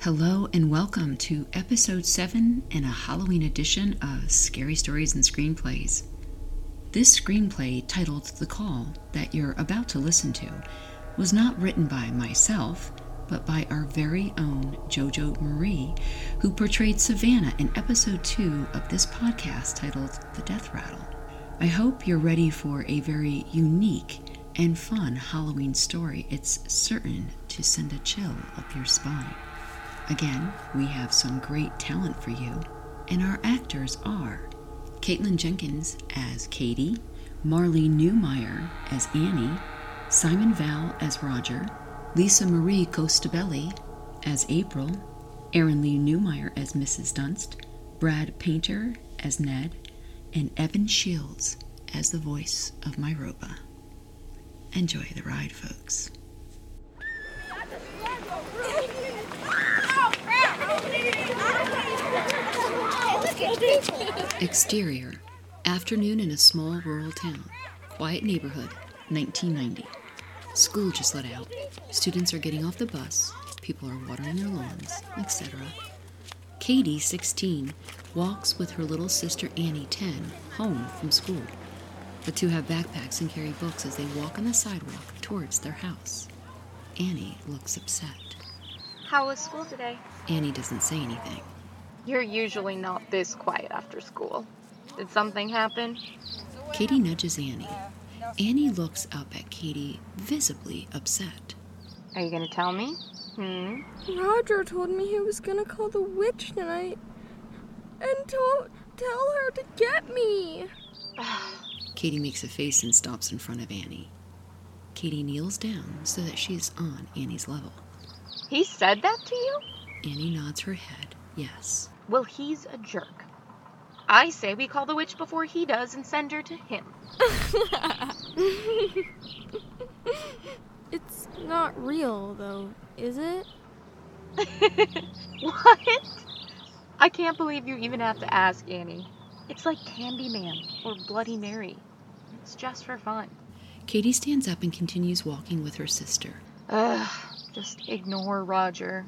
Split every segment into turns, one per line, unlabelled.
Hello and welcome to episode 7 and a Halloween edition of Scary Stories and Screenplays. This screenplay, titled The Call, that you're about to listen to, was not written by myself, but by our very own JoJo Marie, who portrayed Savannah in episode 2 of this podcast titled The Death Rattle. I hope you're ready for a very unique and fun Halloween story. It's certain to send a chill up your spine. Again, we have some great talent for you, and our actors are Caitlin Jenkins as Katie, Marley Newmeyer as Annie, Simon Val as Roger, Lisa Marie Costabelli as April, Erin Lee Newmeyer as Mrs. Dunst, Brad Painter as Ned, and Evan Shields as the voice of Myroba. Enjoy the ride, folks. Exterior Afternoon in a small rural town. Quiet neighborhood, 1990. School just let out. Students are getting off the bus. People are watering their lawns, etc. Katie, 16, walks with her little sister Annie, 10, home from school. The two have backpacks and carry books as they walk on the sidewalk towards their house. Annie looks upset.
How was school today?
Annie doesn't say anything.
You're usually not this quiet after school. Did something happen?
Katie nudges Annie. Annie looks up at Katie, visibly upset.
Are you gonna tell me? Hmm?
Roger told me he was gonna call the witch tonight and told, tell her to get me.
Katie makes a face and stops in front of Annie. Katie kneels down so that she is on Annie's level.
He said that to you?
Annie nods her head, yes.
Well, he's a jerk. I say we call the witch before he does and send her to him.
it's not real, though, is it?
what? I can't believe you even have to ask, Annie. It's like Candyman or Bloody Mary. It's just for fun.
Katie stands up and continues walking with her sister.
Ugh, just ignore Roger.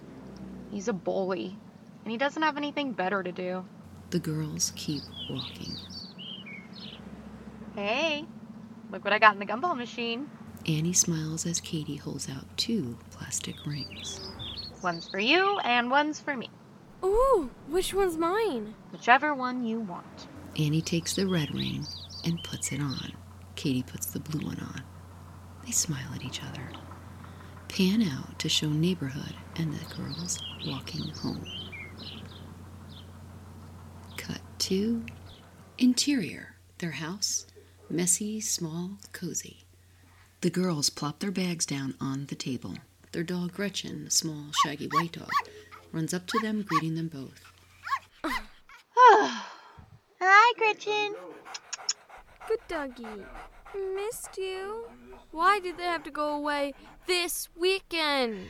He's a bully, and he doesn't have anything better to do.
The girls keep walking.
Hey, look what I got in the gumball machine.
Annie smiles as Katie holds out two plastic rings.
One's for you, and one's for me.
Ooh, which one's mine?
Whichever one you want.
Annie takes the red ring and puts it on. Katie puts the blue one on. They smile at each other. Pan out to show neighborhood and the girls walking home. Cut to interior. Their house, messy, small, cozy. The girls plop their bags down on the table. Their dog Gretchen, a small, shaggy white dog, runs up to them, greeting them both.
Hi, Gretchen.
Good doggy. Missed you. Why did they have to go away this weekend?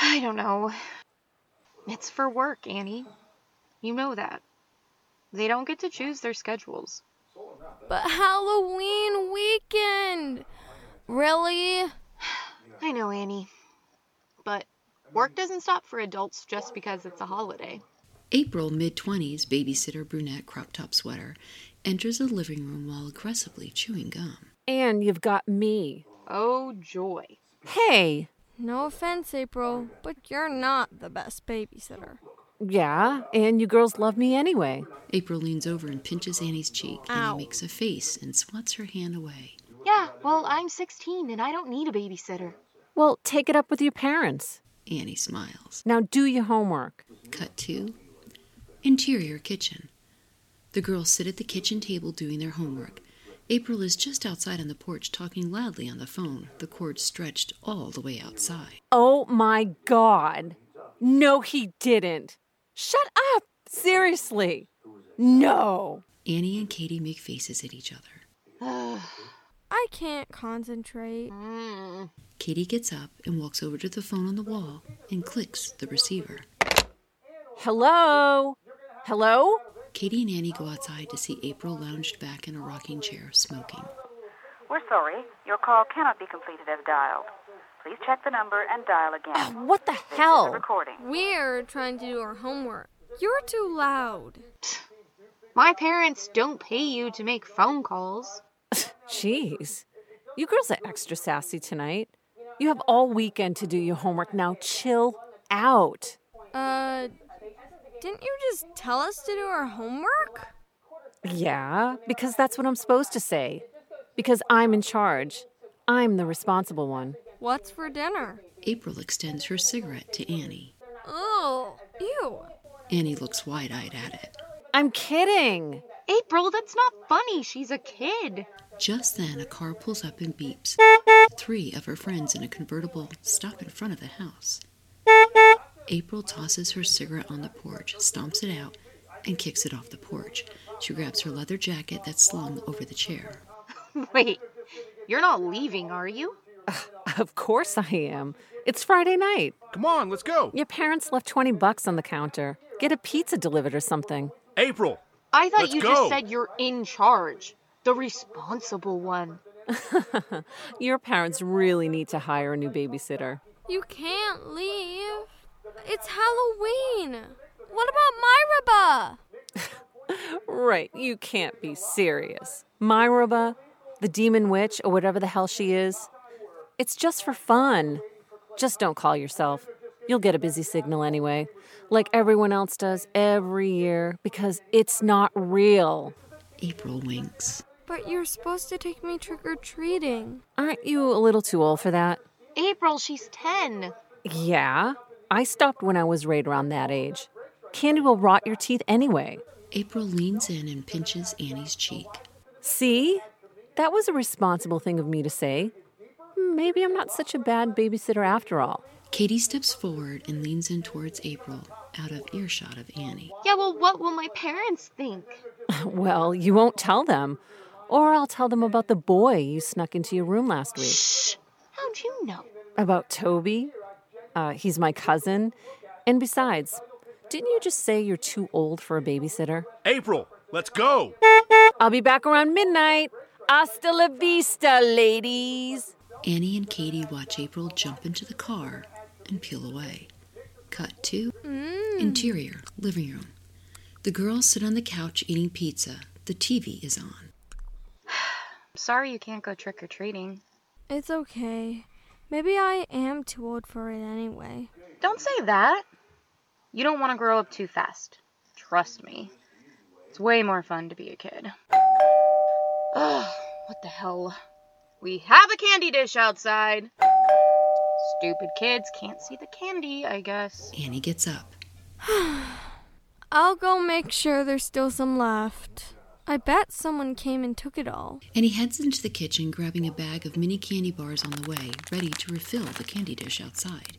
I don't know. It's for work, Annie. You know that. They don't get to choose their schedules.
But Halloween weekend! Really?
I know, Annie. But work doesn't stop for adults just because it's a holiday.
April, mid 20s, babysitter brunette crop top sweater, enters the living room while aggressively chewing gum.
And you've got me.
Oh, joy.
Hey.
No offense, April, but you're not the best babysitter.
Yeah, and you girls love me anyway.
April leans over and pinches Annie's cheek.
Ow.
Annie makes a face and swats her hand away.
Yeah, well, I'm 16 and I don't need a babysitter.
Well, take it up with your parents.
Annie smiles.
Now do your homework.
Cut to interior kitchen. The girls sit at the kitchen table doing their homework. April is just outside on the porch talking loudly on the phone, the cord stretched all the way outside.
Oh my God. No, he didn't. Shut up. Seriously. No.
Annie and Katie make faces at each other.
I can't concentrate.
Mm.
Katie gets up and walks over to the phone on the wall and clicks the receiver.
Hello. Hello?
Katie and Annie go outside to see April lounged back in a rocking chair smoking.
We're sorry. Your call cannot be completed as dialed. Please check the number and dial
Oh,
again.
what the
This is a
hell?
recording.
We're trying to do our homework. You're too loud.
My parents don't pay you to make phone calls.
Jeez. You girls are extra sassy tonight. You have all weekend to do your homework. Now chill out.
Uh, didn't you just tell us to do our homework?
Yeah, because that's what I'm supposed to say. Because I'm in charge. I'm the responsible one.
What's for dinner?
April extends her cigarette to Annie.
Ugh, Oh, ew.
Annie looks wide eyed at it.
I'm kidding.
April, that's not funny. She's a kid.
Just then, a car pulls up and beeps. Three of her friends in a convertible stop in front of the house. April tosses her cigarette on the porch, stomps it out, and kicks it off the porch. She grabs her leather jacket that's slung over the chair.
Wait, you're not leaving, are you?
Of course I am. It's Friday night.
Come on, let's go.
Your parents left 20 bucks on the counter. Get a pizza delivered or something.
April.
I thought
Let's
you
go.
just said you're in charge, the responsible one.
Your parents really need to hire a new babysitter.
You can't leave. It's Halloween. What about Myraba?
Right, you can't be serious. Myroba, the demon witch, or whatever the hell she is, it's just for fun. Just don't call yourself. You'll get a busy signal anyway, like everyone else does every year, because it's not real.
April winks.
But you're supposed to take me trick or treating.
Aren't you a little too old for that?
April, she's 10.
Yeah, I stopped when I was right around that age. Candy will rot your teeth anyway.
April leans in and pinches Annie's cheek.
See? That was a responsible thing of me to say. Maybe I'm not such a bad babysitter after all.
Katie steps forward and leans in towards April, out of earshot of Annie.
Yeah, well, what will my parents think?
Well, you won't tell them. Or I'll tell them about the boy you snuck into your room last week.
Shh. How'd you know?
About Toby. Uh, he's my cousin. And besides, didn't you just say you're too old for a babysitter?
April, let's go.
I'll be back around midnight. Hasta la vista, ladies.
Annie and Katie watch April jump into the car and peel away. Cut to interior, living room. The girls sit on the couch eating pizza. The TV is on.
Sorry you can't go trick or treating.
It's okay. Maybe I am too old for it anyway.
Don't say that. You don't want to grow up too fast. Trust me. It's way more fun to be a kid. Ugh, what the hell? We have a candy dish outside. Stupid kids can't see the candy, I guess.
Annie gets up.
I'll go make sure there's still some left. I bet someone came and took it all.
and he heads into the kitchen, grabbing a bag of mini candy bars on the way, ready to refill the candy dish outside.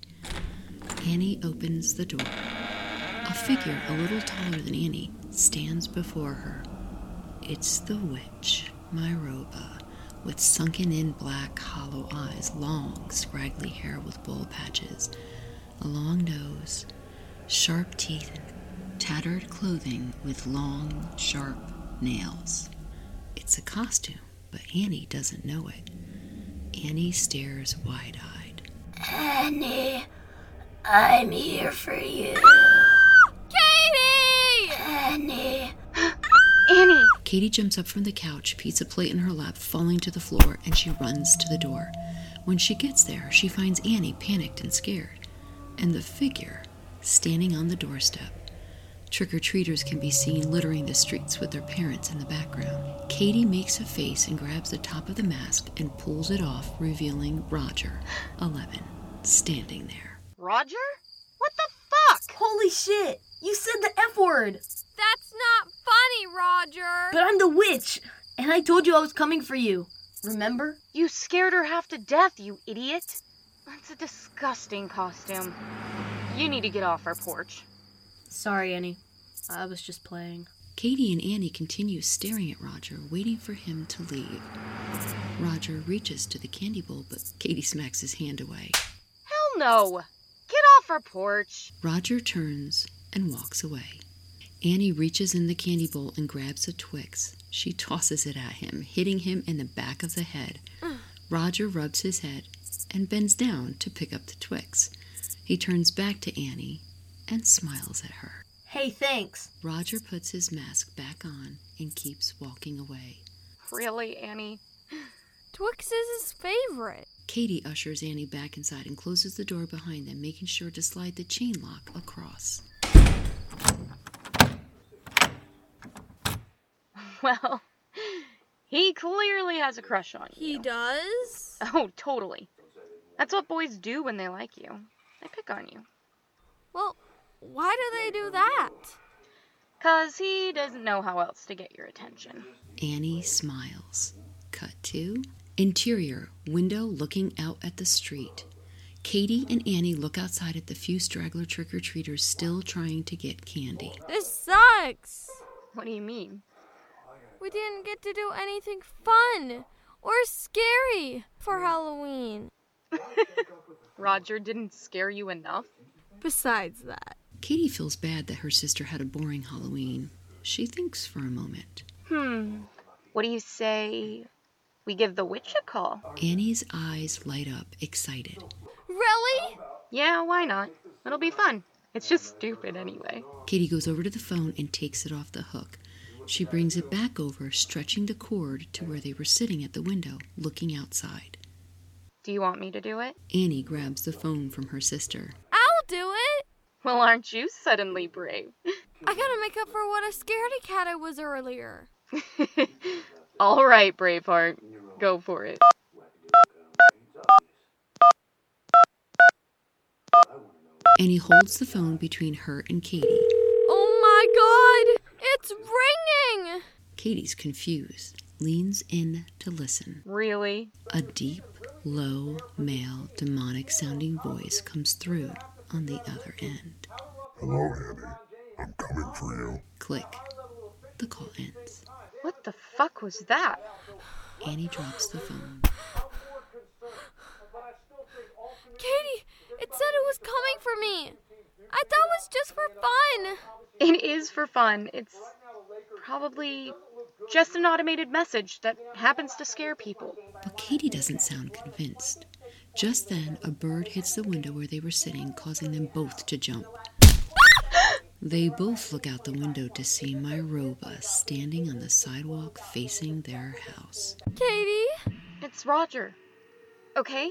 Annie opens the door. A figure a little taller than Annie stands before her. It's the witch, Myroba, with sunken in black, hollow eyes, long, scraggly hair with bowl patches, a long nose, sharp teeth, and tattered clothing with long, sharp nails. It's a costume, but Annie doesn't know it. Annie stares wide eyed.
Annie, I'm here for you.
Katie!
Annie,
Annie!
Katie jumps up from the couch, pizza plate in her lap, falling to the floor, and she runs to the door. When she gets there, she finds Annie panicked and scared, and the figure standing on the doorstep. Trick or treaters can be seen littering the streets with their parents in the background. Katie makes a face and grabs the top of the mask and pulls it off, revealing Roger, 11, standing there.
Roger? What the fuck?
Holy shit! You said the F word!
That's not funny, Roger!
But I'm the witch! And I told you I was coming for you. Remember?
You scared her half to death, you idiot. That's a disgusting costume. You need to get off our porch.
Sorry, Annie. I was just playing.
Katie and Annie continue staring at Roger, waiting for him to leave. Roger reaches to the candy bowl, but Katie smacks his hand away.
Hell no! Get off our porch!
Roger turns and walks away. Annie reaches in the candy bowl and grabs a Twix. She tosses it at him, hitting him in the back of the head. Roger rubs his head and bends down to pick up the Twix. He turns back to Annie and smiles at her.
Hey, thanks.
Roger puts his mask back on and keeps walking away.
Really, Annie?
Twix is his favorite.
Katie ushers Annie back inside and closes the door behind them, making sure to slide the chain lock across.
Well, he clearly has a crush on you.
He does?
Oh, totally. That's what boys do when they like you. They pick on you.
Well, why do they do that?
Cause he doesn't know how else to get your attention.
Annie smiles. Cut to interior window looking out at the street. Katie and Annie look outside at the few straggler trick or treaters still trying to get candy.
This sucks.
What do you mean?
We didn't get to do anything fun or scary for Halloween.
Roger didn't scare you enough?
Besides that,
Katie feels bad that her sister had a boring Halloween. She thinks for a moment.
Hmm. What do you say we give the witch a call?
Annie's eyes light up, excited.
really?
Yeah, why not? It'll be fun. It's just stupid anyway.
Katie goes over to the phone and takes it off the hook. She brings it back over, stretching the cord to where they were sitting at the window, looking outside.
Do you want me to do it?
Annie grabs the phone from her sister.
I'll do it.
Well, aren't you suddenly brave?
I gotta make up for what a scaredy cat I was earlier.
All right, Braveheart. Go for it.
Annie holds the phone between her and Katie.
Oh my god! It's ringing!
Katie's confused, leans in to listen.
Really?
A deep, low, male, demonic sounding voice comes through on the other end.
Hello, Annie. I'm coming for you.
Click. The call ends.
What the fuck was that?
Annie drops the phone.
Katie, it said it was coming for me. I thought it was just for fun.
It is for fun. It's probably just an automated message that happens to scare people.
But Katie doesn't sound convinced. Just then, a bird hits the window where they were sitting, causing them both to jump. They both look out the window to see my Myroba standing on the sidewalk facing their house.
Katie?
It's Roger. Okay?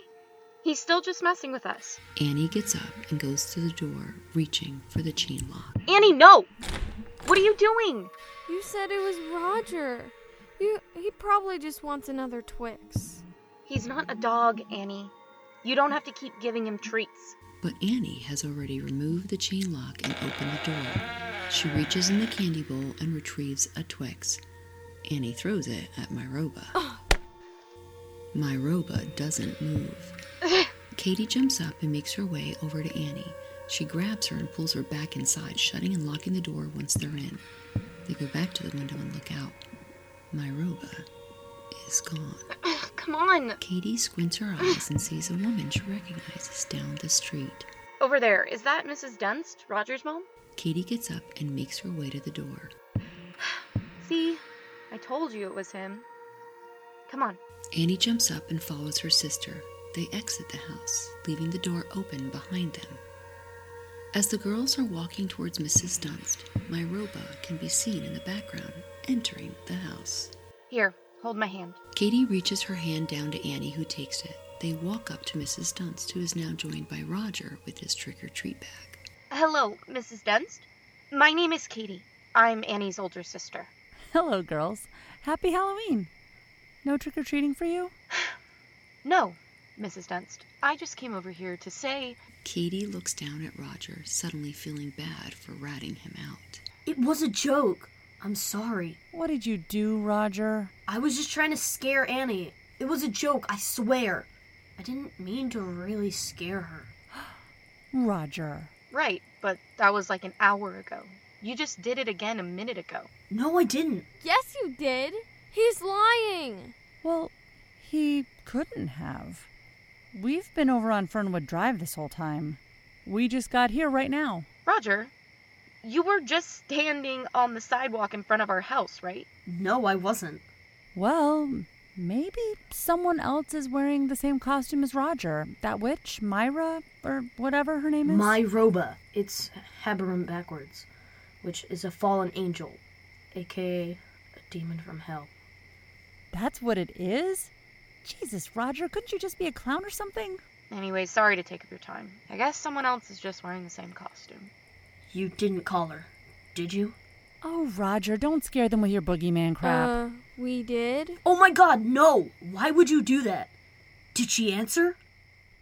He's still just messing with us.
Annie gets up and goes to the door, reaching for the chain lock.
Annie, no! What are you doing?
You said it was Roger. You he probably just wants another Twix.
He's not a dog, Annie. You don't have to keep giving him treats.
But Annie has already removed the chain lock and opened the door. She reaches in the candy bowl and retrieves a Twix. Annie throws it at Myroba. Myroba doesn't move. Katie jumps up and makes her way over to Annie. She grabs her and pulls her back inside, shutting and locking the door once they're in. They go back to the window and look out. Myroba is gone.
Come on!
Katie squints her eyes and sees a woman she recognizes down the street.
Over there, is that Mrs. Dunst, Roger's mom?
Katie gets up and makes her way to the door.
See? I told you it was him. Come on.
Annie jumps up and follows her sister. They exit the house, leaving the door open behind them. As the girls are walking towards Mrs. Dunst, Myroba can be seen in the background entering the house.
Here, hold my hand.
Katie reaches her hand down to Annie, who takes it. They walk up to Mrs. Dunst, who is now joined by Roger with his trick or treat bag.
Hello, Mrs. Dunst. My name is Katie. I'm Annie's older sister.
Hello, girls. Happy Halloween. No trick or treating for you?
No, Mrs. Dunst. I just came over here to say
Katie looks down at Roger, suddenly feeling bad for ratting him out.
It was a joke. I'm sorry.
What did you do, Roger?
I was just trying to scare Annie. It was a joke, I swear. I didn't mean to really scare her.
Roger.
right, but that was like an hour ago. You just did it again a minute ago.
No, I didn't.
Yes, you did. He's lying.
Well, he couldn't have. We've been over on Fernwood Drive this whole time. We just got here right now.
Roger, you were just standing on the sidewalk in front of our house, right?
No, I wasn't.
Well, Maybe someone else is wearing the same costume as Roger. That witch, Myra, or whatever her name is.
My Roba. It's Haberim backwards, which is a fallen angel, aka a demon from hell.
That's what it is? Jesus, Roger, couldn't you just be a clown or something?
Anyway, sorry to take up your time. I guess someone else is just wearing the same costume.
You didn't call her, did you?
Oh, Roger, don't scare them with your boogeyman crap.
Uh, we did?
Oh my god, no! Why would you do that? Did she answer?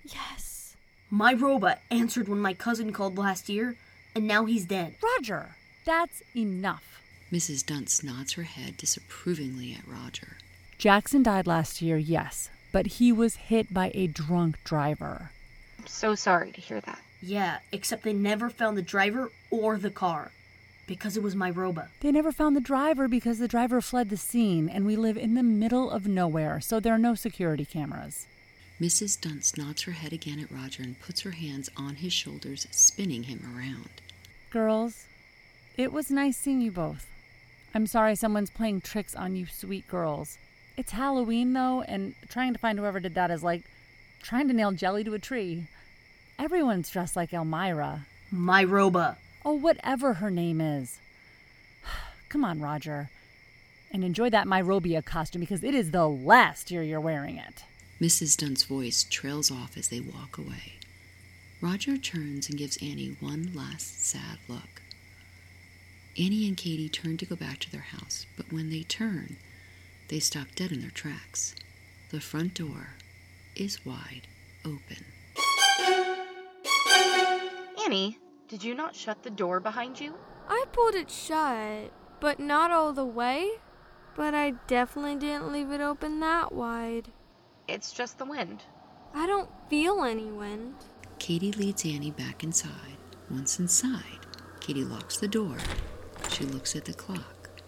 Yes.
My Roba answered when my cousin called last year, and now he's dead.
Roger, that's enough.
Mrs. Dunce nods her head disapprovingly at Roger.
Jackson died last year, yes, but he was hit by a drunk driver.
I'm so sorry to hear that.
Yeah, except they never found the driver or the car, because it was my Roba.
They never found the driver because the driver fled the scene, and we live in the middle of nowhere, so there are no security cameras.
Mrs. Dunce nods her head again at Roger and puts her hands on his shoulders, spinning him around.
Girls, it was nice seeing you both. I'm sorry someone's playing tricks on you, sweet girls. It's Halloween, though, and trying to find whoever did that is like trying to nail jelly to a tree. Everyone's dressed like Elmira.
My Roba.
Oh, whatever her name is. Come on, Roger. And enjoy that Myrobia costume because it is the last year you're wearing it.
Mrs. Dunce's voice trails off as they walk away. Roger turns and gives Annie one last sad look. Annie and Katie turn to go back to their house, but when they turn, they stop dead in their tracks. The front door is wide open.
Annie, did you not shut the door behind you?
I pulled it shut, but not all the way. But I definitely didn't leave it open that wide.
It's just the wind.
I don't feel any wind.
Katie leads Annie back inside. Once inside, Katie locks the door. She looks at the clock.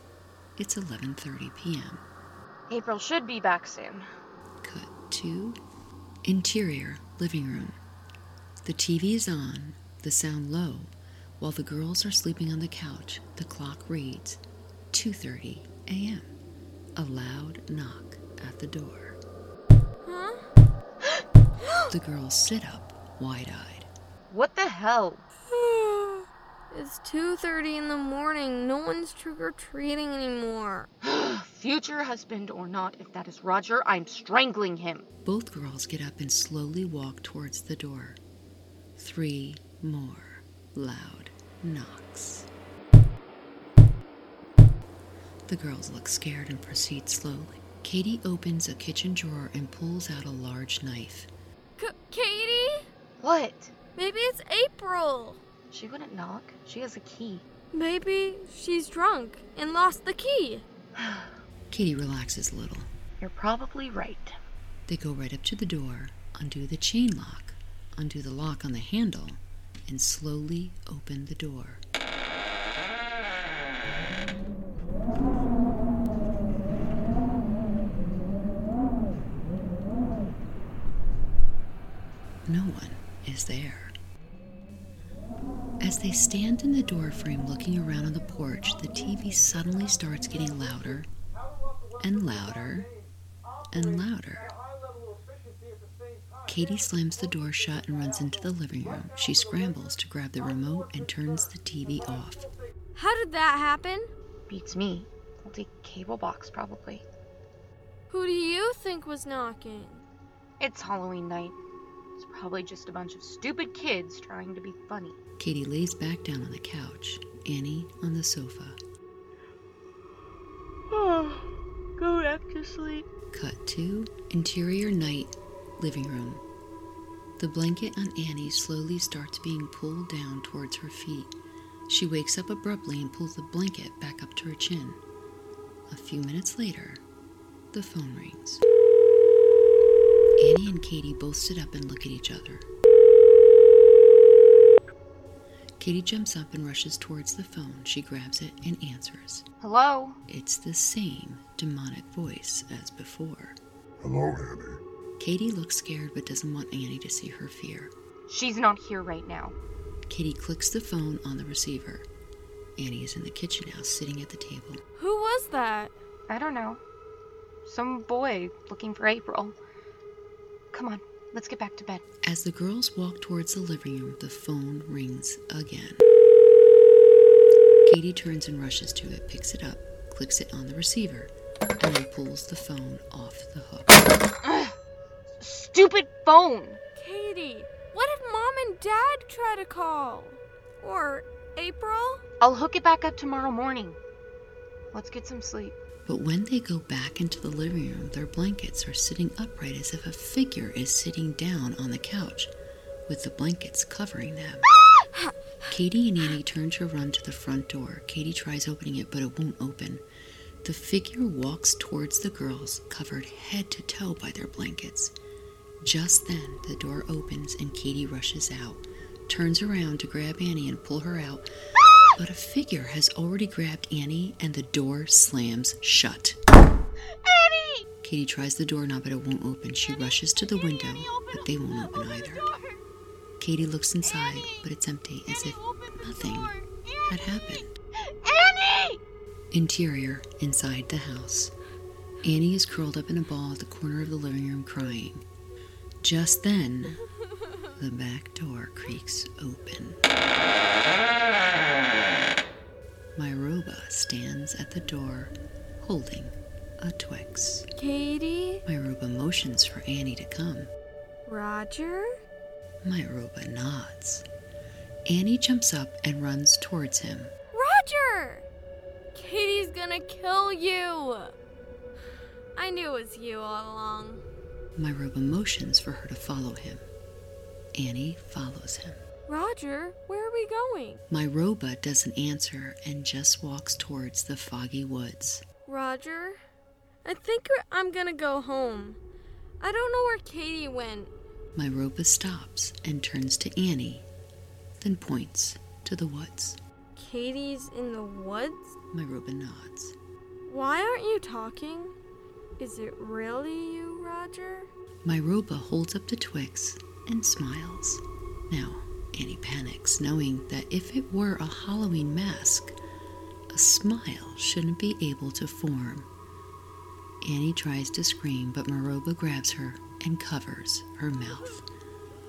It's 11:30 p.m.
April should be back soon.
Cut to interior living room. The TV is on, the sound low. While the girls are sleeping on the couch, the clock reads 2:30 a.m. A loud knock at the door.
Huh?
The girls sit up, wide-eyed.
What the hell?
it's 2:30 in the morning. No one's trick or treating anymore.
Future husband or not, if that is Roger, I'm strangling him.
Both girls get up and slowly walk towards the door. Three more loud knocks. The girls look scared and proceed slowly. Katie opens a kitchen drawer and pulls out a large knife.
C- Katie?
What?
Maybe it's April.
She wouldn't knock. She has a key.
Maybe she's drunk and lost the key.
Katie relaxes a little.
You're probably right.
They go right up to the door, undo the chain lock, undo the lock on the handle, and slowly open the door. No one is there. As they stand in the doorframe looking around on the porch, the TV suddenly starts getting louder and louder and louder. Katie slams the door shut and runs into the living room. She scrambles to grab the remote and turns the TV off.
How did that happen?
Beats me. I'll take cable box probably.
Who do you think was knocking?
It's Halloween night. It's probably just a bunch of stupid kids trying to be funny.
Katie lays back down on the couch, Annie on the sofa.
Oh, go back to sleep.
Cut to interior night, living room. The blanket on Annie slowly starts being pulled down towards her feet. She wakes up abruptly and pulls the blanket back up to her chin. A few minutes later, the phone rings. Annie and Katie both sit up and look at each other. Katie jumps up and rushes towards the phone. She grabs it and answers.
Hello?
It's the same demonic voice as before.
Hello, Annie.
Katie looks scared but doesn't want Annie to see her fear.
She's not here right now.
Katie clicks the phone on the receiver. Annie is in the kitchen now, sitting at the table.
Who was that?
I don't know. Some boy looking for April. Come on, let's get back to bed.
As the girls walk towards the living room, the phone rings again. Katie turns and rushes to it, picks it up, clicks it on the receiver, and then pulls the phone off the hook.
Stupid phone!
Katie, what if mom and dad try to call? Or April?
I'll hook it back up tomorrow morning. Let's get some sleep.
But when they go back into the living room, their blankets are sitting upright as if a figure is sitting down on the couch with the blankets covering them. Katie and Annie turn to run to the front door. Katie tries opening it, but it won't open. The figure walks towards the girls, covered head to toe by their blankets. Just then, the door opens and Katie rushes out, turns around to grab Annie and pull her out, but a figure has already grabbed Annie and the door slams shut.
Annie!
Katie tries the doorknob, but it won't open. She rushes to the window, but they won't open either. Katie looks inside, but it's empty, as if nothing had happened.
Annie!
Interior, inside the house. Annie is curled up in a ball at the corner of the living room crying. Just then, the back door creaks open. Myroba stands at the door holding a Twix.
Katie?
Myroba motions for Annie to come.
Roger?
Myroba nods. Annie jumps up and runs towards him.
Roger! Katie's gonna kill you! I knew it was you all along.
Myroba motions for her to follow him. Annie follows him.
Roger, where are we going?
Myroba doesn't answer and just walks towards the foggy woods.
Roger, I think I'm gonna go home. I don't know where Katie went.
Myroba stops and turns to Annie, then points to the woods.
Katie's in the woods?
Myroba nods.
Why aren't you talking? Is it really you, Roger?
Myroba holds up the Twix and smiles. Now, Annie panics, knowing that if it were a Halloween mask, a smile shouldn't be able to form. Annie tries to scream, but Maroba grabs her and covers her mouth.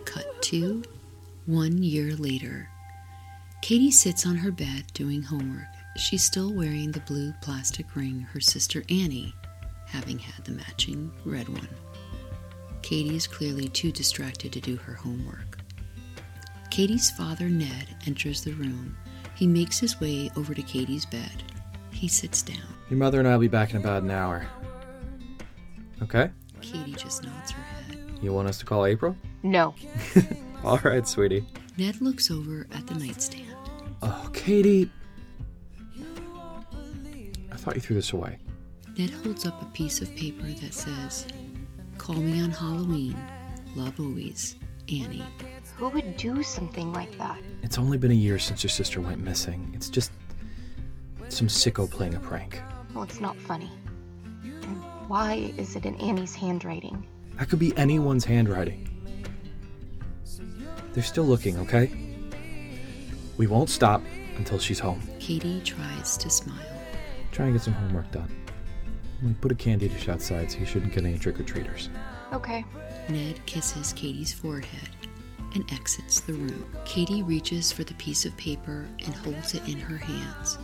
Cut to one year later. Katie sits on her bed doing homework. She's still wearing the blue plastic ring her sister Annie, having had the matching red one. Katie is clearly too distracted to do her homework. Katie's father, Ned, enters the room. He makes his way over to Katie's bed. He sits down.
Your mother and I will be back in about an hour. Okay?
Katie just nods her head.
You want us to call April?
No.
All right, sweetie.
Ned looks over at the nightstand.
Oh, Katie. I thought you threw this away.
Ned holds up a piece of paper that says, Call me on Halloween. Love always. Annie.
Who would do something like that?
It's only been a year since your sister went missing. It's just some sicko playing a prank.
Well, it's not funny. And why is it in Annie's handwriting?
That could be anyone's handwriting. They're still looking, okay? We won't stop until she's home.
Katie tries to smile.
Try and get some homework done. We put a candy dish outside so you shouldn't get any trick or treaters.
Okay.
Ned kisses Katie's forehead and exits the room. Katie reaches for the piece of paper and holds it in her hands.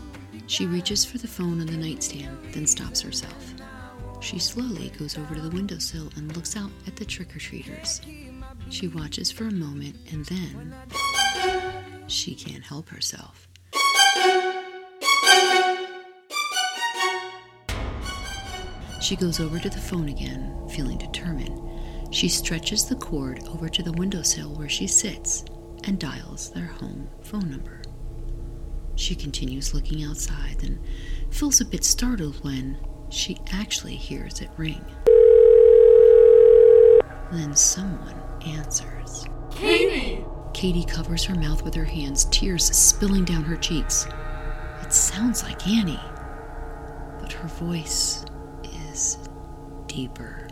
She reaches for the phone on the nightstand, then stops herself. She slowly goes over to the windowsill and looks out at the trick or treaters. She watches for a moment and then she can't help herself. She goes over to the phone again, feeling determined. She stretches the cord over to the windowsill where she sits and dials their home phone number. She continues looking outside and feels a bit startled when she actually hears it ring. Then someone answers.
Katie!
Katie covers her mouth with her hands, tears spilling down her cheeks. It sounds like Annie, but her voice is deeper.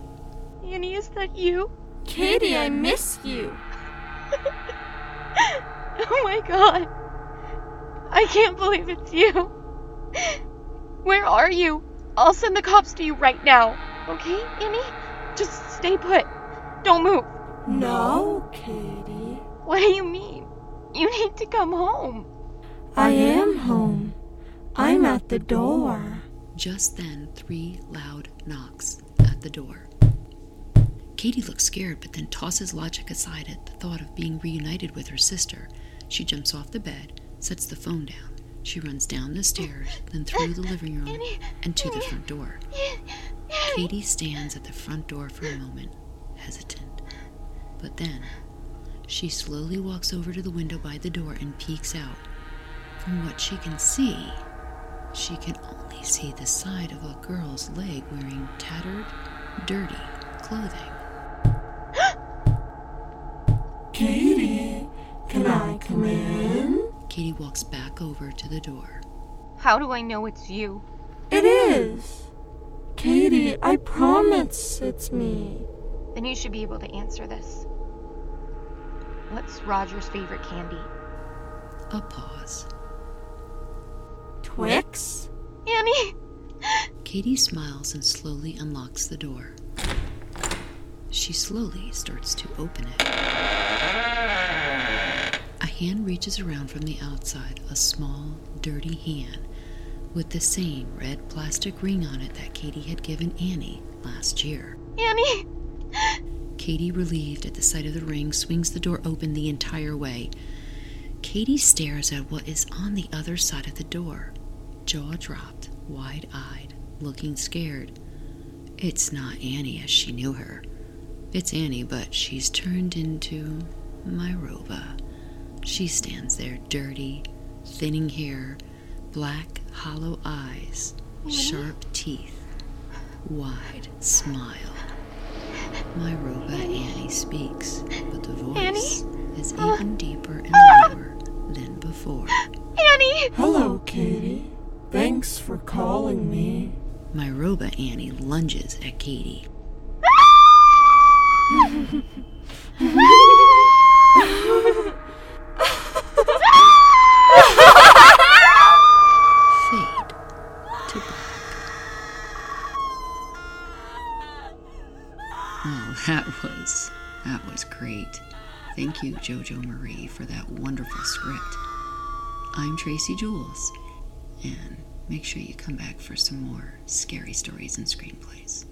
Annie, is that you?
Katie, I missed you!
Oh my god. I can't believe it's you. Where are you? I'll send the cops to you right now. Okay, Annie? Just stay put. Don't move.
No, Katie.
What do you mean? You need to come home.
I am home. I'm at the door.
Just then, three loud knocks at the door. Katie looks scared, but then tosses logic aside at the thought of being reunited with her sister. She jumps off the bed, sets the phone down. She runs down the stairs, then through the living room and to the front door. Katie stands at the front door for a moment, hesitant. But then, she slowly walks over to the window by the door and peeks out. From what she can see, she can only see the side of a girl's leg wearing tattered, dirty clothing.
Katie, can I come in?
Katie walks back over to the door.
How do I know it's you?
It is. Katie, I promise it's me.
Then you should be able to answer this. What's Roger's favorite candy?
A pause.
Twix?
Annie!
Katie smiles and slowly unlocks the door. She slowly starts to open it. A hand reaches around from the outside, a small, dirty hand with the same red plastic ring on it that Katie had given Annie last year.
Annie!
Katie, relieved at the sight of the ring, swings the door open the entire way. Katie stares at what is on the other side of the door, jaw dropped, wide eyed, looking scared. It's not Annie as she knew her. It's Annie, but she's turned into Myroba. She stands there, dirty, thinning hair, black, hollow eyes, sharp teeth, wide smile. My robot Annie speaks, but the voice is even deeper and lower than before.
Annie!
Hello, Katie. Thanks for calling me.
My robot Annie lunges at Katie. Fade to black. Oh, that was that was great. Thank you, Jojo Marie, for that wonderful script. I'm Tracy Jules, and make sure you come back for some more scary stories and screenplays.